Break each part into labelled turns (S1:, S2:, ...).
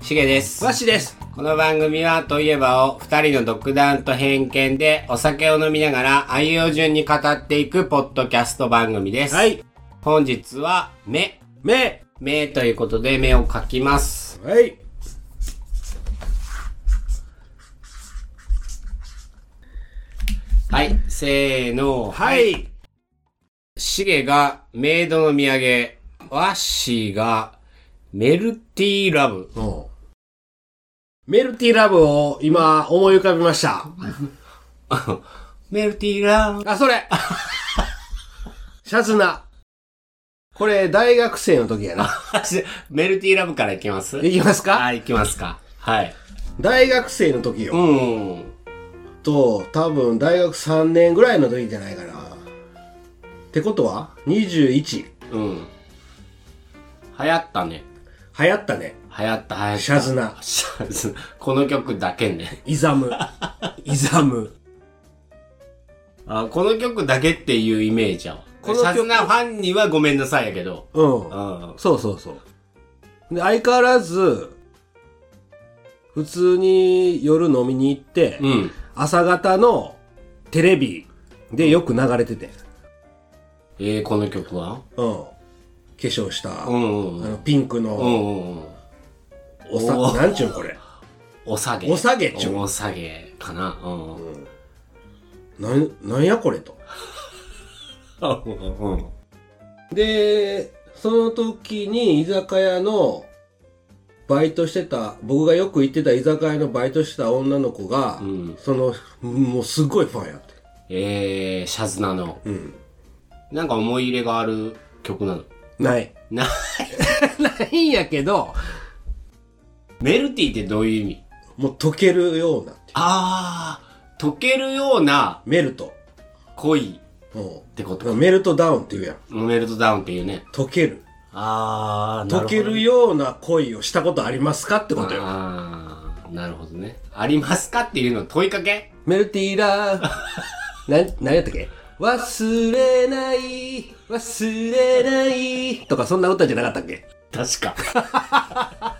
S1: しげです。
S2: わしです。
S1: この番組は、といえばを二人の独断と偏見でお酒を飲みながら愛用順に語っていくポッドキャスト番組です。
S2: は。い。
S1: 本日は、目。
S2: 目。
S1: 目ということで、目を描きます。
S2: はい。
S1: はい。せーの。
S2: はい。
S1: シゲがメイドの土産、ワッシーがメルティーラブ。
S2: うんメルティーラブを今思い浮かべました。
S1: メルティーラブ。
S2: あ、それシャツナ。これ大学生の時やな。
S1: メルティーラブからいきます
S2: いきますか
S1: はい、いきますか。はい。
S2: 大学生の時よ。
S1: うん。
S2: と、多分大学3年ぐらいの時じゃないかな。ってことは ?21。
S1: うん。流行ったね。
S2: 流行ったね。
S1: 流行った、流行った。
S2: シャズナ。
S1: シャズナ。この曲だけね。
S2: イザム。 イザム。
S1: あこの曲だけっていうイメージやわ。
S2: この
S1: シ
S2: 曲
S1: ャズナファンにはごめんなさいやけど。
S2: うん
S1: う。ん。
S2: そうそうそう。で、相変わらず、普通に夜飲みに行って、
S1: うん。
S2: 朝方のテレビでよく流れてて。
S1: えー、この曲は
S2: うん。化粧した、
S1: うんうんう
S2: あ
S1: ん。
S2: のピンク
S1: う
S2: の、
S1: んうんうん。
S2: おさ、
S1: おー
S2: なんちゅうんこれ。
S1: お下げ。
S2: お下げっちゅう
S1: お下げかな。うん。うん
S2: なん、なんやこれと。
S1: うん。
S2: で、その時に居酒屋の、バイトしてた、僕がよく行ってた居酒屋のバイトしてた女の子が、
S1: うん
S2: その、もうすごいファンやって。
S1: えー、シャズナの。
S2: うん。
S1: なんか思い入れがある曲なの。
S2: ない。
S1: な、
S2: ないんやけど、
S1: メルティーってどういう意味
S2: もう溶けるようなっていう
S1: あー、溶けるような
S2: メルト。
S1: 恋
S2: う
S1: ってこ
S2: ん。
S1: とか。
S2: メルトダウンっていうやん。
S1: メルトダウンっていうね。
S2: 溶ける。
S1: あー、な
S2: 溶
S1: るほど。
S2: けるような恋をしたことありますかってことよ。
S1: あー、なるほどね。ありますかっていうの問いかけ
S2: メルティーラー。 な、何やったっけ忘れない、忘れない。とかそんな歌じゃなかったっけ
S1: 確か。確か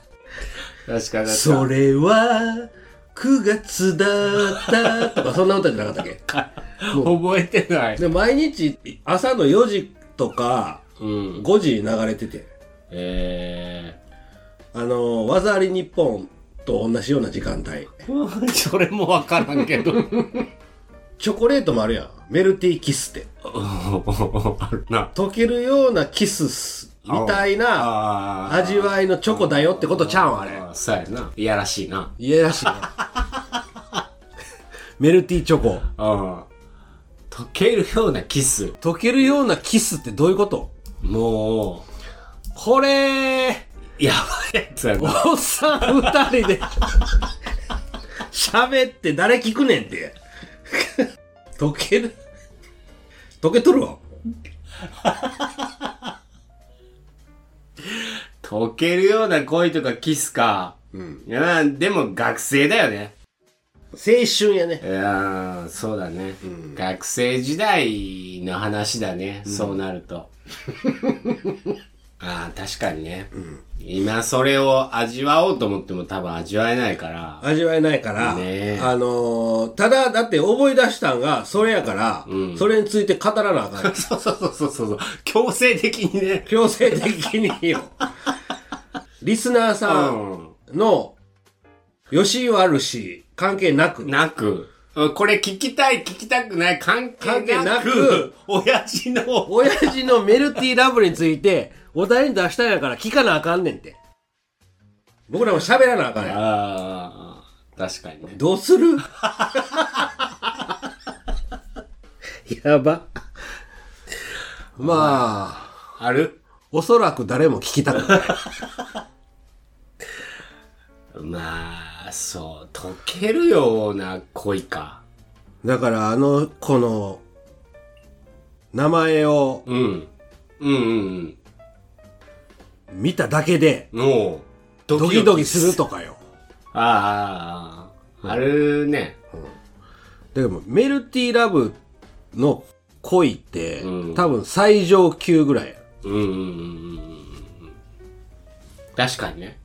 S1: 確
S2: そ
S1: か。
S2: れは、9月だった。とかそんな歌じゃなかったっけ
S1: 覚えてない。
S2: で、毎日朝の4時とか
S1: うん。
S2: 5時に流れてて。
S1: え
S2: あの、技あり日本と同じような時間帯。
S1: ー、 それもわからんけど。
S2: チョコレートもあるやん。メルティーキスって。
S1: あるな。
S2: 溶けるようなキスみたいな
S1: あー
S2: 味わいのチョコだよってことちゃうん、あれ。
S1: あーそうやな。いやらしいな。
S2: いやらしいな。 メルティーチョコ。
S1: うん。溶けるようなキス。
S2: 溶けるようなキスってどういうこと
S1: も
S2: これ、
S1: う、やばいやつやな。
S2: おっさん二人で喋って誰聞くねんって。溶ける溶けとるわ。
S1: 溶けるような恋とかキスか。
S2: うん。
S1: いや、でも学生だよね。
S2: 青春やね
S1: い。やーそうだね、
S2: ん
S1: 学生時代の話だね、そうなる とああ確かにね、今それを味わおうと思っても多分味わえないから
S2: 味わえないから、
S1: ねえ
S2: あのーただ、だって思い出したんが、それやから、
S1: うん
S2: それについて語らなあかん。
S1: そうそうそうそうそう強制的にね
S2: 強制的に よ。リスナー
S1: う
S2: さんの、よし悪し、関係なく
S1: ん、なくうんこれ聞きたい聞きたくない関係なく
S2: 関係なく
S1: 親父の
S2: 親父のメルティーラブについて、お題に出したんやから聞かなあかんねんて。僕らも喋らなあかんやん。
S1: ああ確かにね
S2: どうする やば。まあ。
S1: ある
S2: おそらく誰も聞きたくない。
S1: まあそう溶けるような恋か
S2: だからあの子の名前を
S1: うん。うんうん
S2: 見ただけで
S1: うん。もう、
S2: ドキドキする。とかよ。
S1: ああああ、あるね。
S2: うんでも、メルティーラブの恋って、
S1: うん
S2: 多分最上級ぐらいや。
S1: うんうんうんうんうん。確かにね。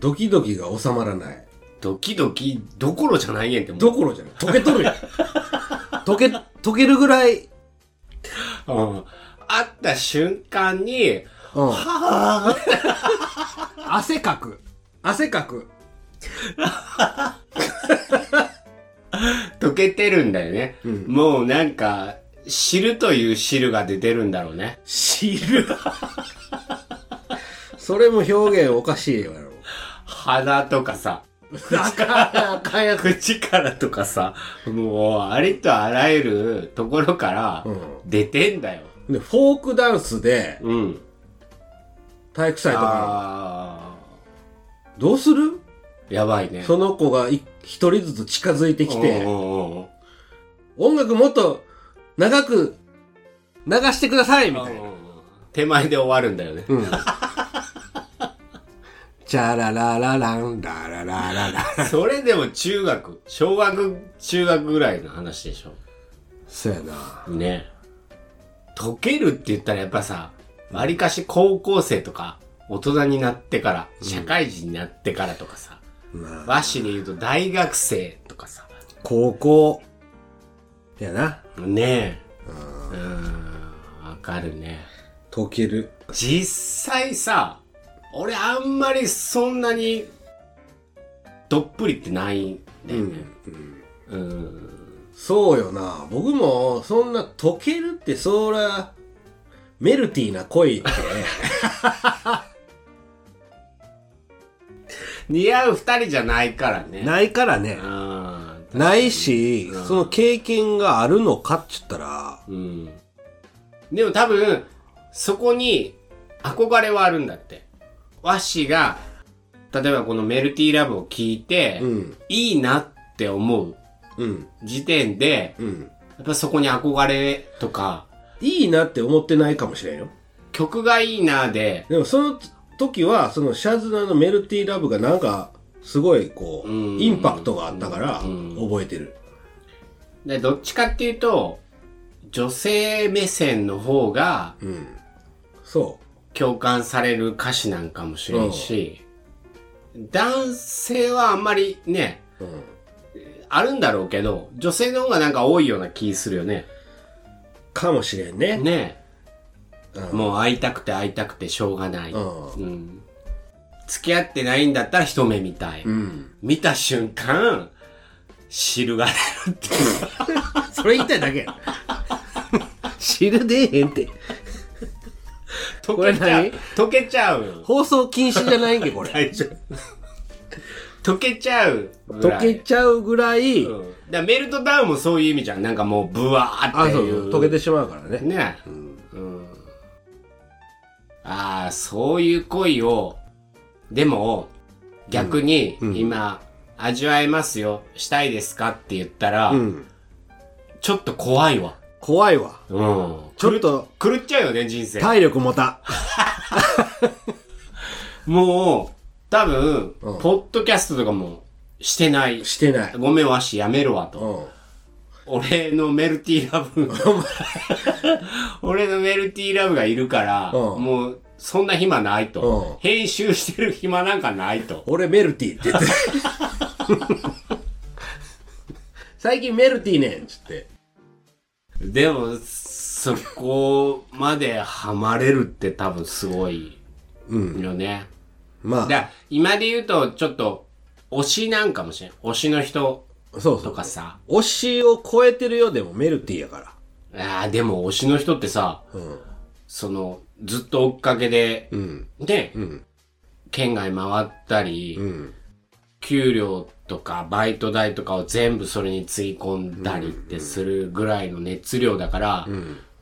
S2: ドキドキが収まらない。
S1: ドキドキどころじゃないやんって思う。
S2: どころじゃない。溶けとるやん。 溶け、溶けるぐらい、
S1: うん。会った瞬間に、
S2: うん、汗かく。汗かく。
S1: 溶けてるんだよね。
S2: うん
S1: もうなんか、汁という汁が出てるんだろうね。
S2: 汁。それも表現おかしいよやろ。
S1: 鼻とかさ、
S2: だから、あかんやつ。
S1: 口からとかさ、もうありとあらゆるところから
S2: う
S1: 出てんだよ。
S2: で、フォークダンスで、
S1: うん。
S2: 体育祭とか、
S1: あ
S2: どうする
S1: ー。やばいね。
S2: その子がい一人ずつ近づいてき
S1: うん
S2: て、
S1: うんうん
S2: 音楽もっと長く流してくださいみたいな。
S1: 手前で終わるんだよね。
S2: うん。チャララララン、ラララララ。
S1: それでも中学、小学、中学ぐらいの話でしょ。
S2: そうやな。
S1: ね溶けるって言ったらやっぱさ、わりかし高校生とか、大人になってから、社会人になってからとかさ、
S2: まあ、
S1: 和紙で言うと大学生とかさ、
S2: 高校、やな。
S1: ねえ。うん、わかるね。
S2: 溶ける。
S1: 実際さ、俺あんまりそんなに、どっぷりってないんだよね。うん。
S2: そうよな。僕も、そんな溶けるって、そら、メルティーな恋って、
S1: 似合う二人じゃないからね。
S2: ないからね。
S1: うん。
S2: ないし、その経験があるのかって言ったら、
S1: うん。でも多分、そこに憧れはあるんだって。和紙が、例えばこのメルティーラブを聞いて、
S2: うん、
S1: いいなって思う
S2: うん、
S1: 時点で、
S2: うん。
S1: やっぱそこに憧れとか、
S2: いいなって思ってないかもしれんよ。
S1: 曲がいいなで、
S2: でもその時は、そのシャズナのメルティーラブがなんか、すごいこう、
S1: うん
S2: インパクトがあったから、
S1: うん
S2: 覚えてる。
S1: でどっちかっていうと、女性目線の方が
S2: うん。そ
S1: 共感される歌詞なんかもしれんし、男性はあんまりね、
S2: う。うん。
S1: あるんだろうけど、女性の方がなんか多いような気するよね。
S2: かもしれんね。
S1: ねえ、
S2: うん
S1: もう会いたくて会いたくてしょうがない、
S2: うん
S1: うん付き合ってないんだったら一目見たい、
S2: うん。
S1: 見た瞬間汁が出るっていう
S2: それ言いたいだけや。知るでえへんって。
S1: 溶け
S2: これ
S1: ちゃう
S2: 何
S1: 溶けちゃうよ
S2: 放送禁止じゃないんけ、これ。
S1: 大丈夫溶けちゃうぐら
S2: 溶
S1: い
S2: けちゃうぐらい、
S1: うん、だからメルトダウンもそういう意味じゃんなんかもうブワー
S2: あ、
S1: って
S2: そう
S1: い
S2: そうう、溶けてしまうからね。
S1: ね、うんああそういう恋をでも逆に
S2: うん
S1: 今、味わえますよしたいですかって言ったら、
S2: うん。
S1: ちょっと怖いわ、
S2: 怖いわ。
S1: うん、
S2: ちょっと
S1: 狂っちゃうよね人生
S2: 体力もた。
S1: もう多分、
S2: うん
S1: ポッドキャストとかもしてない
S2: してない。
S1: ごめんわしやめるわと、
S2: うん。
S1: 俺のメルティーラブ俺のメルティーラブがいるから、
S2: うん
S1: もうそんな暇ないと、
S2: うん
S1: 編集してる暇なんかないと
S2: 俺メルティーって言って。最近メルティーねんっつって。
S1: でも、そこまでハマれるって多分すごい
S2: うん。
S1: よね。
S2: ま
S1: だから今で言うと、ちょっと、推しなんかもしれん。推しの人
S2: あ、そうそ
S1: と
S2: う
S1: か。さ。
S2: 推しを超えてるよでもメルティーやから。
S1: ああ、でも推しの人ってさ、
S2: うん。
S1: その、ずっと追っかけで、
S2: うん。
S1: ね、
S2: うん。
S1: 県外回ったり、
S2: うん。
S1: 給料とかバイト代とかを全部それにつぎ込んだりってするぐらいの熱量だから、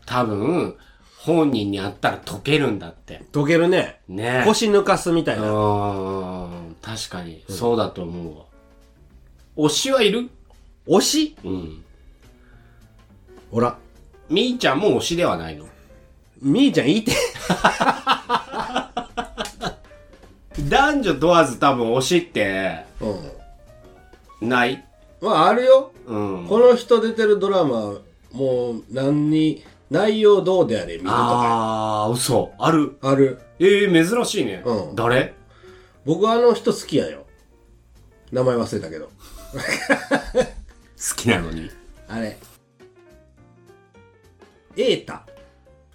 S1: 多分、本人に会ったら溶けるんだって。
S2: 溶けるね。
S1: ね
S2: 腰抜かすみたいうな。
S1: ーん、確かに、そうだと思うわ。推しはいる
S2: 推し
S1: うん。
S2: ほら。
S1: みーちゃんも推しではないの。
S2: みーちゃんいいて。
S1: 男女問わず多分推しって、
S2: うん。
S1: ない
S2: まああるよ。
S1: うん。
S2: この人出てるドラマ、もう何に、内容どうであれ見るとか。
S1: ああ、嘘。ある。
S2: ある。
S1: ええ珍しいね。
S2: うん
S1: 誰
S2: 僕はあの人好きやよ。名前忘れたけど。
S1: 好きなのに。
S2: あれ。エータ。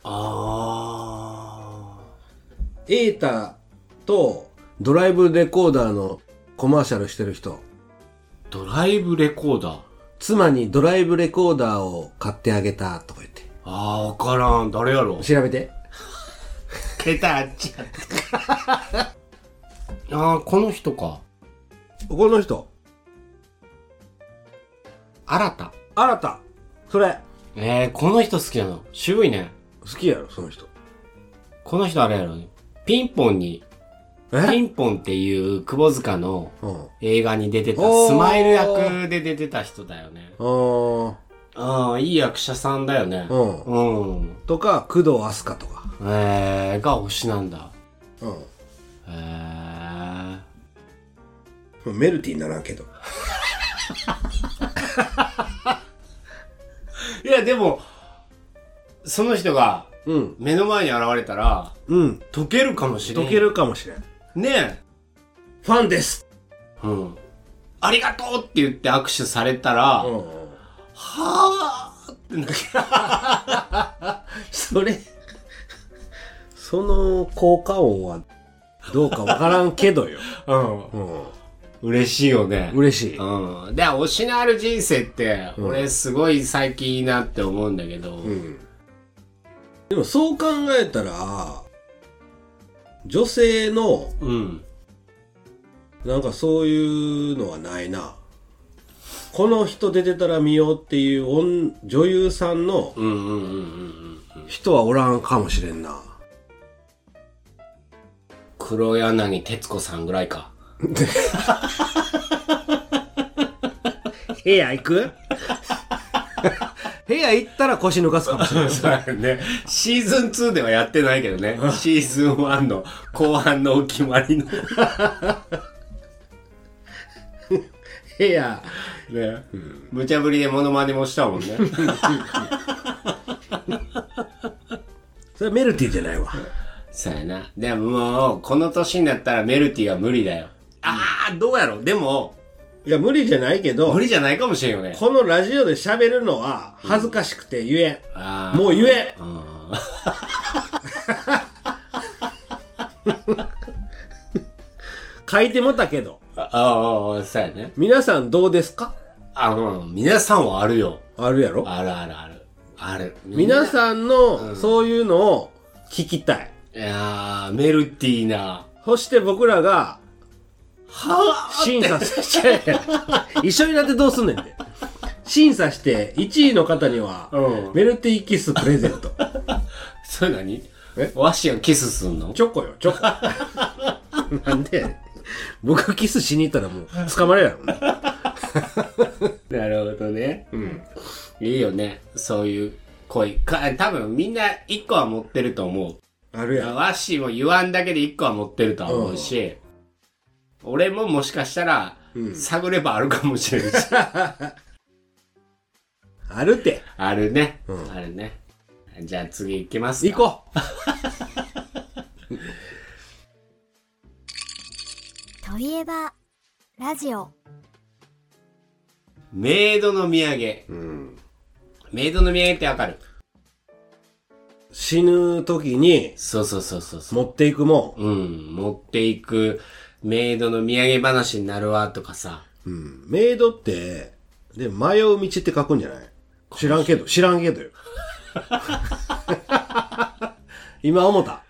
S1: あ
S2: エータとドライブレコーダーのコマーシャルしてる人。
S1: あ、ドライブレコーダー。
S2: 妻にドライブレコーダーを買ってあげたとか言って。
S1: ああ、わからん。誰や ろ
S2: 調べて。
S1: ケタあっちゃった。ああ、この人か。
S2: この人。
S1: 新た。
S2: 新た。それ。
S1: ええこの人好きなの。渋いね。
S2: 好きやろ、その人。
S1: この人あれやろね。ピンポンに、ピンポンっていう窪塚の
S2: うん。
S1: 映画に出てた、
S2: おー
S1: スマイル役で出てた人だよね。
S2: あー。
S1: ああ、いい役者さんだよね。
S2: うん。
S1: うん。
S2: とか、工藤飛鳥とか。
S1: ええが推しなんだ。
S2: う
S1: ええ
S2: ん。メルティーにならんけど。
S1: いや、でも、その人が
S2: うん。
S1: 目の前に現れたら、
S2: うん。
S1: 溶けるかもしれん。
S2: 解け。るかもしれん。
S1: ね
S2: ファンです
S1: え。うん。ありがとうって言って握手されたら、は
S2: ん。
S1: あってなる。
S2: それ、その効果音はどうかわからんけどよ。
S1: うん。
S2: うん。
S1: 嬉しいよね。
S2: 嬉しい。
S1: うん。で、推しのある人生って、
S2: ん
S1: 俺すごい最近いいなって思うんだけど、
S2: うん。でもそう考えたら、女性の
S1: うん。
S2: なんかそういうのはないな。この人出てたら見ようっていう女女優さんの
S1: うんうんうんうんうん。
S2: 人はおらんかもしれんな。
S1: 黒柳徹子さんぐらいか。
S2: 部屋行く 部屋行ったら腰抜かすかもしれん。
S1: そうやね。 シーズン2ではやってないけどね。シーズン1の後半のお決まりの。
S2: 部屋、
S1: ね。無茶ぶりでモノマネもしたもんね。
S2: それメルティじゃないわ。
S1: そうやな。でももう、この年になったらメルティは無理だよ。ああ、どうやろうでも、
S2: いや、無理じゃないけ
S1: 無
S2: ど、
S1: 理じゃないかもしれんよね。
S2: このラジオで喋るのは恥ずかしくて言え
S1: あ
S2: ん。
S1: ー
S2: もう言えん。書いてもたけど、
S1: あああ、そうやね。
S2: 皆さんどうですか
S1: あ、うん、皆さんはあるよ。
S2: あるやろ
S1: あるあるある。ある。
S2: 皆さんのそういうのを聞きたい。
S1: いやー、メルティーな。
S2: そして僕らが
S1: はぁ
S2: 審査して一緒になってどうすんねんって。審査して1位の方には
S1: うん
S2: メルティーキスプレゼント。
S1: それ何
S2: え
S1: わしがキスすんの
S2: チョコよ、チョコ。なんで僕がキスしに行ったらもう捕まれるやろね。
S1: なるほどね。うん。いいよね。そういう恋。か多分みんな一個は持ってると思う。
S2: あるやん。
S1: わっしーも言わんだけで一個は持ってるとは思うし、俺ももしかしたら、
S2: うん
S1: 探ればあるかもしれないし。
S2: あるって。
S1: あるね、
S2: うん
S1: あるね。じゃあ次行きます
S2: 行
S1: か。
S2: こう。
S3: といえば、ラジオ。
S1: メイドの土産。メイドの土産ってわかる
S2: 死ぬ時に
S1: そうそうそうそうそう。
S2: 持っていくも
S1: うん。持っていくメイドの土産話になるわとかさ。
S2: ん。うん。メイドって、で、迷う道って書くんじゃない知らんけど、知らんけどよ。 今思った。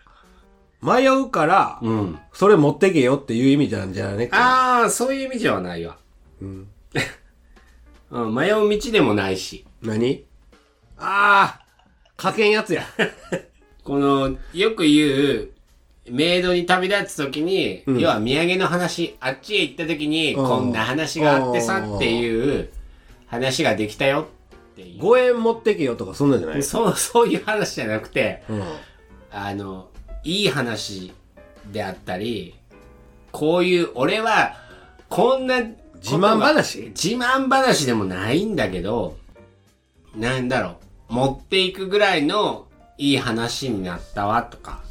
S2: 迷うから、
S1: うん。
S2: それ持ってけよっていう意味じゃんじゃねえかな。
S1: ああ、そういう意味ではないわ。 うん。迷う道でもないし。
S2: 何ああ書けんやつや。
S1: この、よく言う、メイドに旅立つときに、要は土産の話、あっちへ行ったときに、
S2: ん
S1: こんな話があってさ
S2: うん
S1: っていう話ができたよっていう。
S2: 5円持ってけよとかそんなんじゃない
S1: そう、 そういう話じゃなくて、
S2: うん。
S1: あの、いい話であったり、こういう、俺は、こんな
S2: 自慢話
S1: 自慢話でもないんだけど、なんだろう、持っていくぐらいのいい話になったわとか、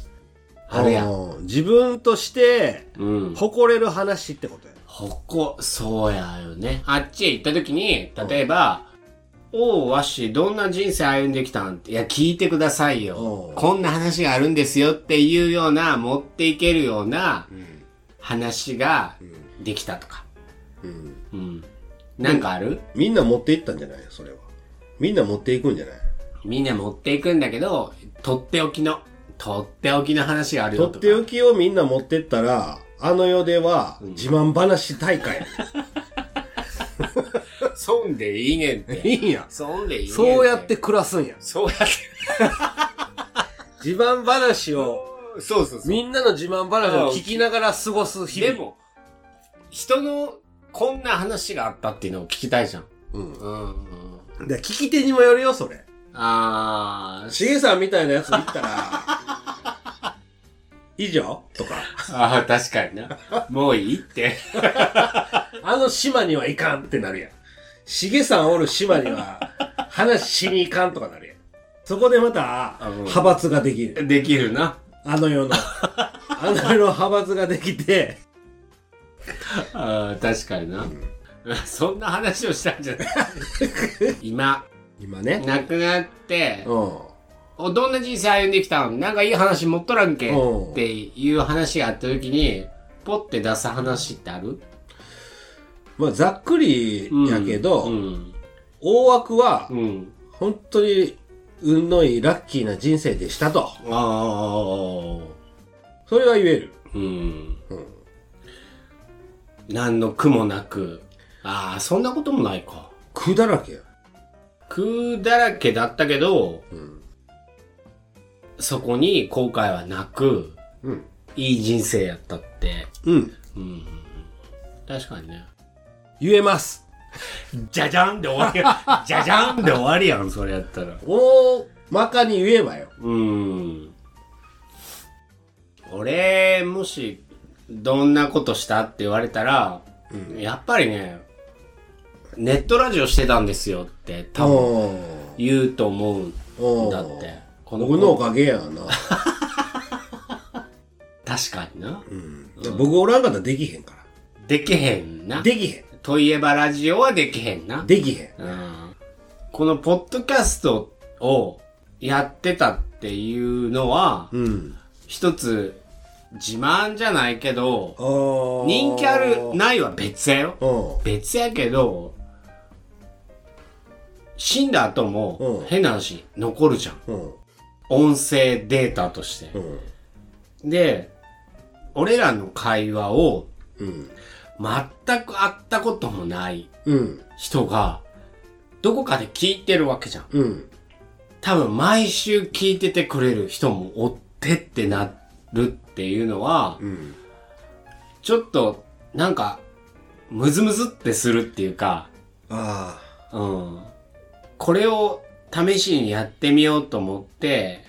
S1: あるやん。
S2: うん自分として
S1: うん。
S2: 誇れる話ってことや。
S1: ほこ、そうやよね。あっちへ行った時に、例えば、おう、わっし、どんな人生歩んできたんって、いや、聞いてくださいよ
S2: おう。
S1: こんな話があるんですよっていうような、持っていけるような話ができたとか。
S2: うん
S1: うん。なんかある、
S2: みんな持っていったんじゃないそれは。みんな持っていくんじゃない
S1: みんな持っていくんだけど、とっておきの、とっておきの話があるよ
S2: と
S1: とか。
S2: っておきをみんな持ってったら、あの世では自慢話大会。
S1: そんでいいねんって。
S2: いいんや。
S1: そんでいいねん
S2: そうやっ。て暮らすんや。
S1: そうやって。
S2: 自慢話を、
S1: そうそうそう。
S2: みんなの自慢話を聞きながら過ごす日
S1: で
S2: 々。
S1: も、人のこんな話があったっていうのを聞きたいじゃん。
S2: うん
S1: うんうん。
S2: で、聞き手にもよるよ、それ。
S1: あー、
S2: しげさんみたいなやつ行ったら、 以上とか、
S1: あー確かにな。もういいって。
S2: あの島には行かんってなるやん。しげさんおる島には話しに行かんとかなるやん。そこでまた、
S1: うん
S2: 派閥ができる。
S1: できるな。
S2: あ の世の。あの世の派閥ができて、
S1: あー確かにな。そんな話をしたんじゃない今、
S2: 今ね。
S1: 亡くなって、
S2: うん。
S1: おどんな人生歩んできたんなんかいい話持っとらんけ
S2: うん
S1: っていう話があった時に、ポッて出す話ってある
S2: まあ、ざっくりやけど、
S1: うん。
S2: 大枠は
S1: う、ん。
S2: 本当に運のいいラッキーな人生でした
S1: あ
S2: と。
S1: あ。
S2: それは言える。
S1: うん。
S2: うん。
S1: 何の苦もなく。ああ、そんなこともないか。
S2: 苦だらけや。
S1: 苦だらけだったけど、
S2: うん。
S1: そこに後悔はなく、
S2: うん。
S1: いい人生やったって。
S2: うん。
S1: うん。確かにね。
S2: 言えます。
S1: じゃじゃんで終わりや。じゃじゃんで終わりやん、それやったら。
S2: 大まかに言えばよ。
S1: うーん。俺、もし、どんなことしたって言われたら、やっぱりね、ネットラジオしてたんですよって、多分
S2: お
S1: 言うと思うん
S2: お
S1: だって。こ
S2: 僕のおかげやな。
S1: 確かにな。
S2: 僕おらんかったらできへんか
S1: できへん
S2: ら。
S1: な。
S2: できへ。。
S1: といえばラジオはできへんなん
S2: できへん。
S1: うんこのポッドキャストをやってたっていうのは、
S2: うん。
S1: 一つ自慢じゃないけど、
S2: あ
S1: 人気ある、ないは別やよ。
S2: うん。
S1: 別やけど、死んだ後も
S2: うん
S1: 変な話残るじゃん。
S2: うん。
S1: 音声データとして
S2: う。ん。
S1: で、俺らの会話を
S2: うん。
S1: 全く会ったこともない
S2: うん。
S1: 人が、どこかで聞いてるわけじゃん。
S2: うん。
S1: 多分毎週聞いててくれる人もおってってなるっていうのは、
S2: うん。
S1: ちょっとなんか、ムズムズってするっていうか、
S2: あ
S1: うん。これを試しにやってみようと思って、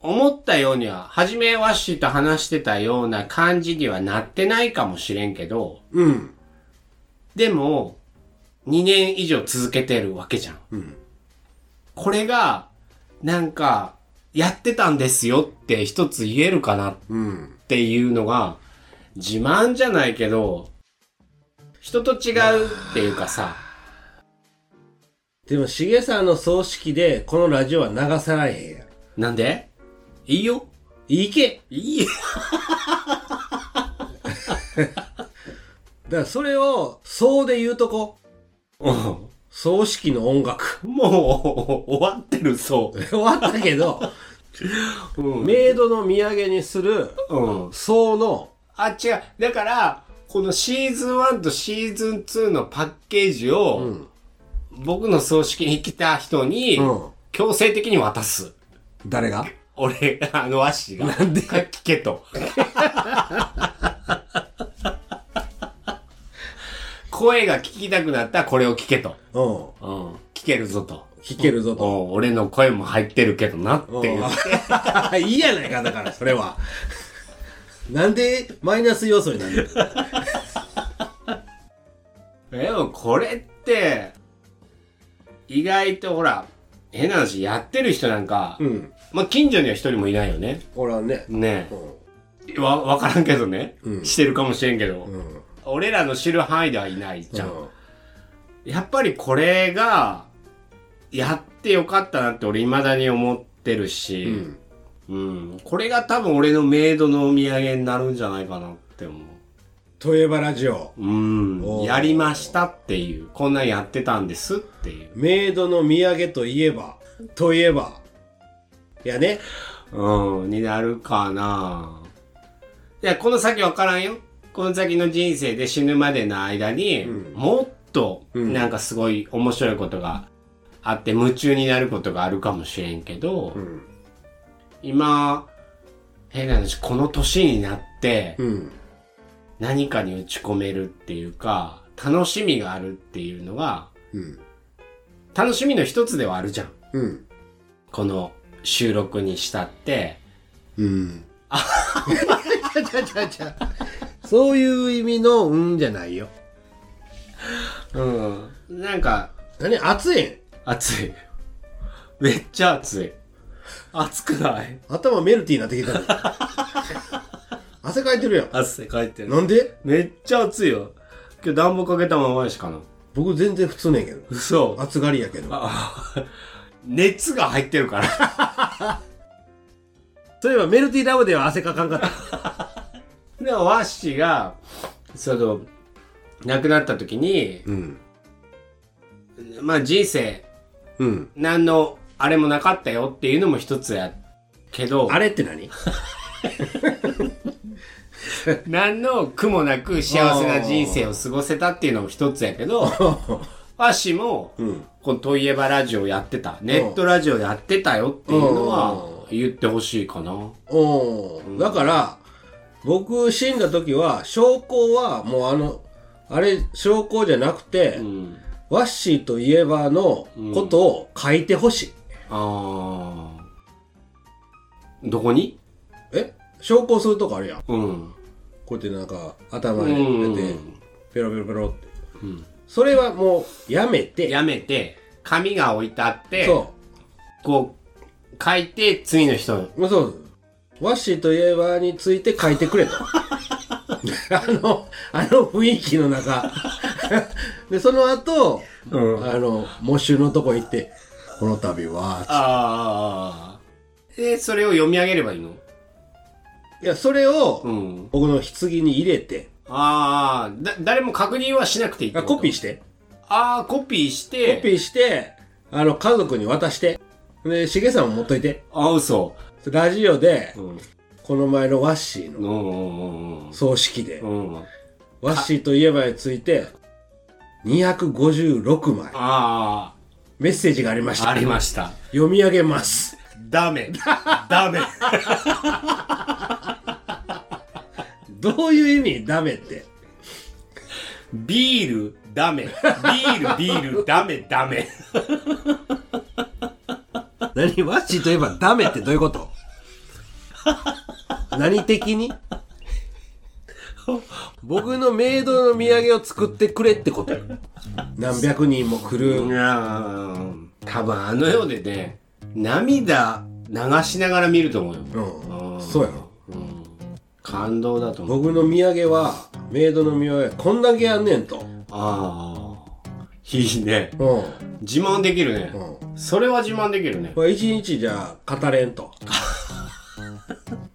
S1: 思ったようには、初めワッシーと話してたような感じにはなってないかもしれんけど、
S2: あ。うん。
S1: でも、2年以上続けてるわけじゃん。
S2: うん。
S1: これが、なんか、やってたんですよって一つ言えるかなっ
S2: うん。
S1: ていうのが、自慢じゃないけど、人と違うっていうかさ、
S2: でも、しげさんの葬式で、このラジオは流さないへんやん。
S1: なんでいいよ
S2: いけ
S1: いいよ
S2: だから、それを、そうで言うとこ。
S1: うん
S2: 葬式の音楽。
S1: もう、終わってる、そ
S2: 終わったけど、
S1: う。うん。
S2: メイドの土産にする、
S1: うん。
S2: そうの、
S1: あ、違う。だから、このシーズン1とシーズン2のパッケージを、
S2: うん
S1: 僕の葬式に来た人に、
S2: うん
S1: 強制的に渡す。
S2: 誰が
S1: 俺、あの、足が。
S2: なんで
S1: 聞けと。声が聞きたくなったらこれを聞けと。
S2: うん。
S1: うん。聞けるぞと。
S2: 聞けるぞ
S1: う
S2: と。
S1: ん俺の声も入ってるけどなっていう。
S2: うん いいやないか、だから、それは。なんで、マイナス要素になるの
S1: でもこれって、意外とほら、変な話、やってる人なんか、
S2: うん。
S1: まあ、近所には一人もいないよね。
S2: おらんね。
S1: ね
S2: うん。
S1: え。わ、わからんけどね。
S2: うん
S1: してるかもしれんけど、
S2: うん。
S1: 俺らの知る範囲ではいないじゃん。
S2: うん
S1: やっぱりこれが、やってよかったなって俺未だに思ってる
S2: う
S1: し、
S2: ん。
S1: うん。これが多分俺のメイドのお土産になるんじゃないかなって思う。
S2: といえばラジオ。
S1: うん。
S2: おー
S1: やりましたっていう。こんなんやってたんですっていう。
S2: メイドの土産といえば、といえば、やね。
S1: うん、になるかな。いや、この先わからんよ。この先の人生で死ぬまでの間に、
S2: うん
S1: もっと、
S2: うん
S1: なんかすごい面白いことがあって、夢中になることがあるかもしれんけど、
S2: ん。
S1: 今、変な話、この年になって、
S2: うん。
S1: 何かに打ち込めるっていうか、楽しみがあるっていうのが、
S2: うん。
S1: 楽しみの一つではあるじゃん。
S2: うん。
S1: この収録にしたって。
S2: うん。あちゃちゃちゃ。そういう意味の、うんじゃないよ。
S1: うん。なんか、
S2: 何熱いん
S1: 暑い。 めっちゃ暑い。暑くない
S2: 頭メルティーなってきたの汗かいてるやん。
S1: 汗かいてる。
S2: なんで
S1: めっちゃ暑いよ。今日暖房かけたままやしかな。
S2: 僕全然普通ねんけど。
S1: 嘘。
S2: 暑がりやけど。
S1: あ熱が入ってるから。
S2: そういえばメルティーダムでは汗かかんかった。
S1: でも、ワッシーが、その、亡くなった時に、
S2: うん。
S1: まあ人生、
S2: うん。
S1: 何のあれもなかったよっていうのも一つやけど、
S2: あれって何
S1: 何の苦もなく幸せな人生を過ごせたっていうのも一つやけ ど、ワッシーも、
S2: うん。
S1: このといえばラジオやってた、ネットラジオやってたよっていうのは言ってほしいかな。
S2: おーだから、僕死んだ時は、証拠はもうあの、あれ、証拠じゃなくて、
S1: うん。
S2: ワッシーといえばのことを書いてほしい。
S1: あー。どこに
S2: え証拠するとこあるやん。こ
S1: うん。
S2: うやってなんか、頭
S1: う
S2: に入れて、
S1: ん。
S2: ペロペロペロって。それはもう、やめて、
S1: やめて、紙が置いてあって、
S2: そ
S1: こう、書いて次の人に。
S2: う。もうそう。ワッシーといえばについて書いて くれと。あの、あの雰囲気の中。で、その後、
S1: うん。あ
S2: あの、喪主のとこ行って、この度は、
S1: あー。で、それを読み上げればいいの
S2: いや、それを、
S1: うん。
S2: 僕の棺に入れて、
S1: ああ、だ、誰も確認はしなくていいって
S2: あ
S1: こと
S2: コピーして、
S1: ああ、コピーして。
S2: コピーして、あの、家族に渡して、で、しげさんも持っといて、
S1: ああ、嘘。
S2: ラジオで
S1: う、ん。
S2: この前のワッシー
S1: うん
S2: の
S1: うんうん
S2: 葬式で
S1: う、ん。うん。
S2: ワッシーといえばについて、256枚、
S1: あ
S2: メッセージがありまし
S1: あ、
S2: た。
S1: ありました。
S2: 読み上げます。
S1: ダ メ。ダメ。
S2: どういう意味ダメって。
S1: ビール、ダメ。ビール、ビール、ダメ、ダメ。
S2: 何ワッシーといえばダメってどういうこと何的に僕のメイドの土産を作ってくれってこと何百人も来
S1: う
S2: る
S1: ーん。多分あの世でね、涙流しながら見ると思うよ。
S2: うん
S1: ん
S2: そうやろ
S1: うん。感動だと思う。
S2: 僕の土産はメイドの土産こんだけやんねんと
S1: ああ。いいね。
S2: うん
S1: 自慢できるね。
S2: う
S1: それは自慢できるね。
S2: これ一日じゃ語れんと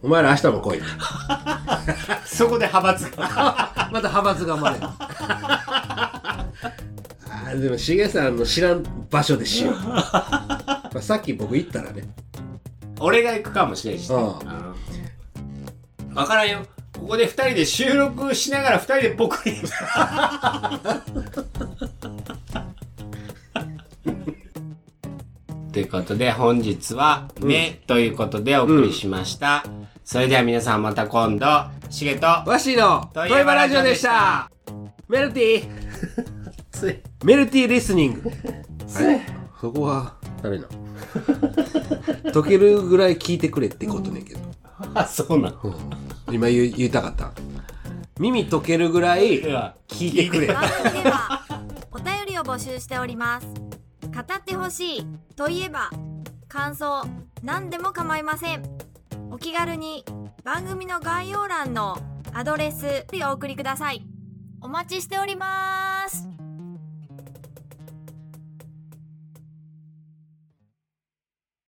S2: お前ら明日も来い
S1: そこで派閥が。
S2: また派閥が生ま れるあーでもしげさんの知らん場所でし よう、まあ、さっき僕行ったらね
S1: 俺が行くかもしれんしね。
S2: う
S1: うんんわからんよ。ここで二人で収録しながら二人でポクリ。 ということで本日は「目」ということでお送りしました、それでは皆さんまた今度しげと
S2: わしの
S1: ト
S2: ト
S1: イ
S2: イ
S1: バ
S2: バ
S1: ラ
S2: ラ
S1: ジ
S2: ジ
S1: オ
S2: オ
S1: で
S2: で
S1: し
S2: したた。メルティー、
S1: つい
S2: メルティーリスニング。
S1: つい
S2: そこは、誰 な。溶けるぐらい聞いてくれってことねんけど。
S1: あそうなの
S2: 今言い言いたかった。耳溶けるぐらい
S1: いや
S2: 聞いてくれ。
S3: 番組では
S4: を募集しております語ってほしいといえば感想何でも構いませんお気軽に番組の概要欄のアドレスでお送りくださいお待ちしております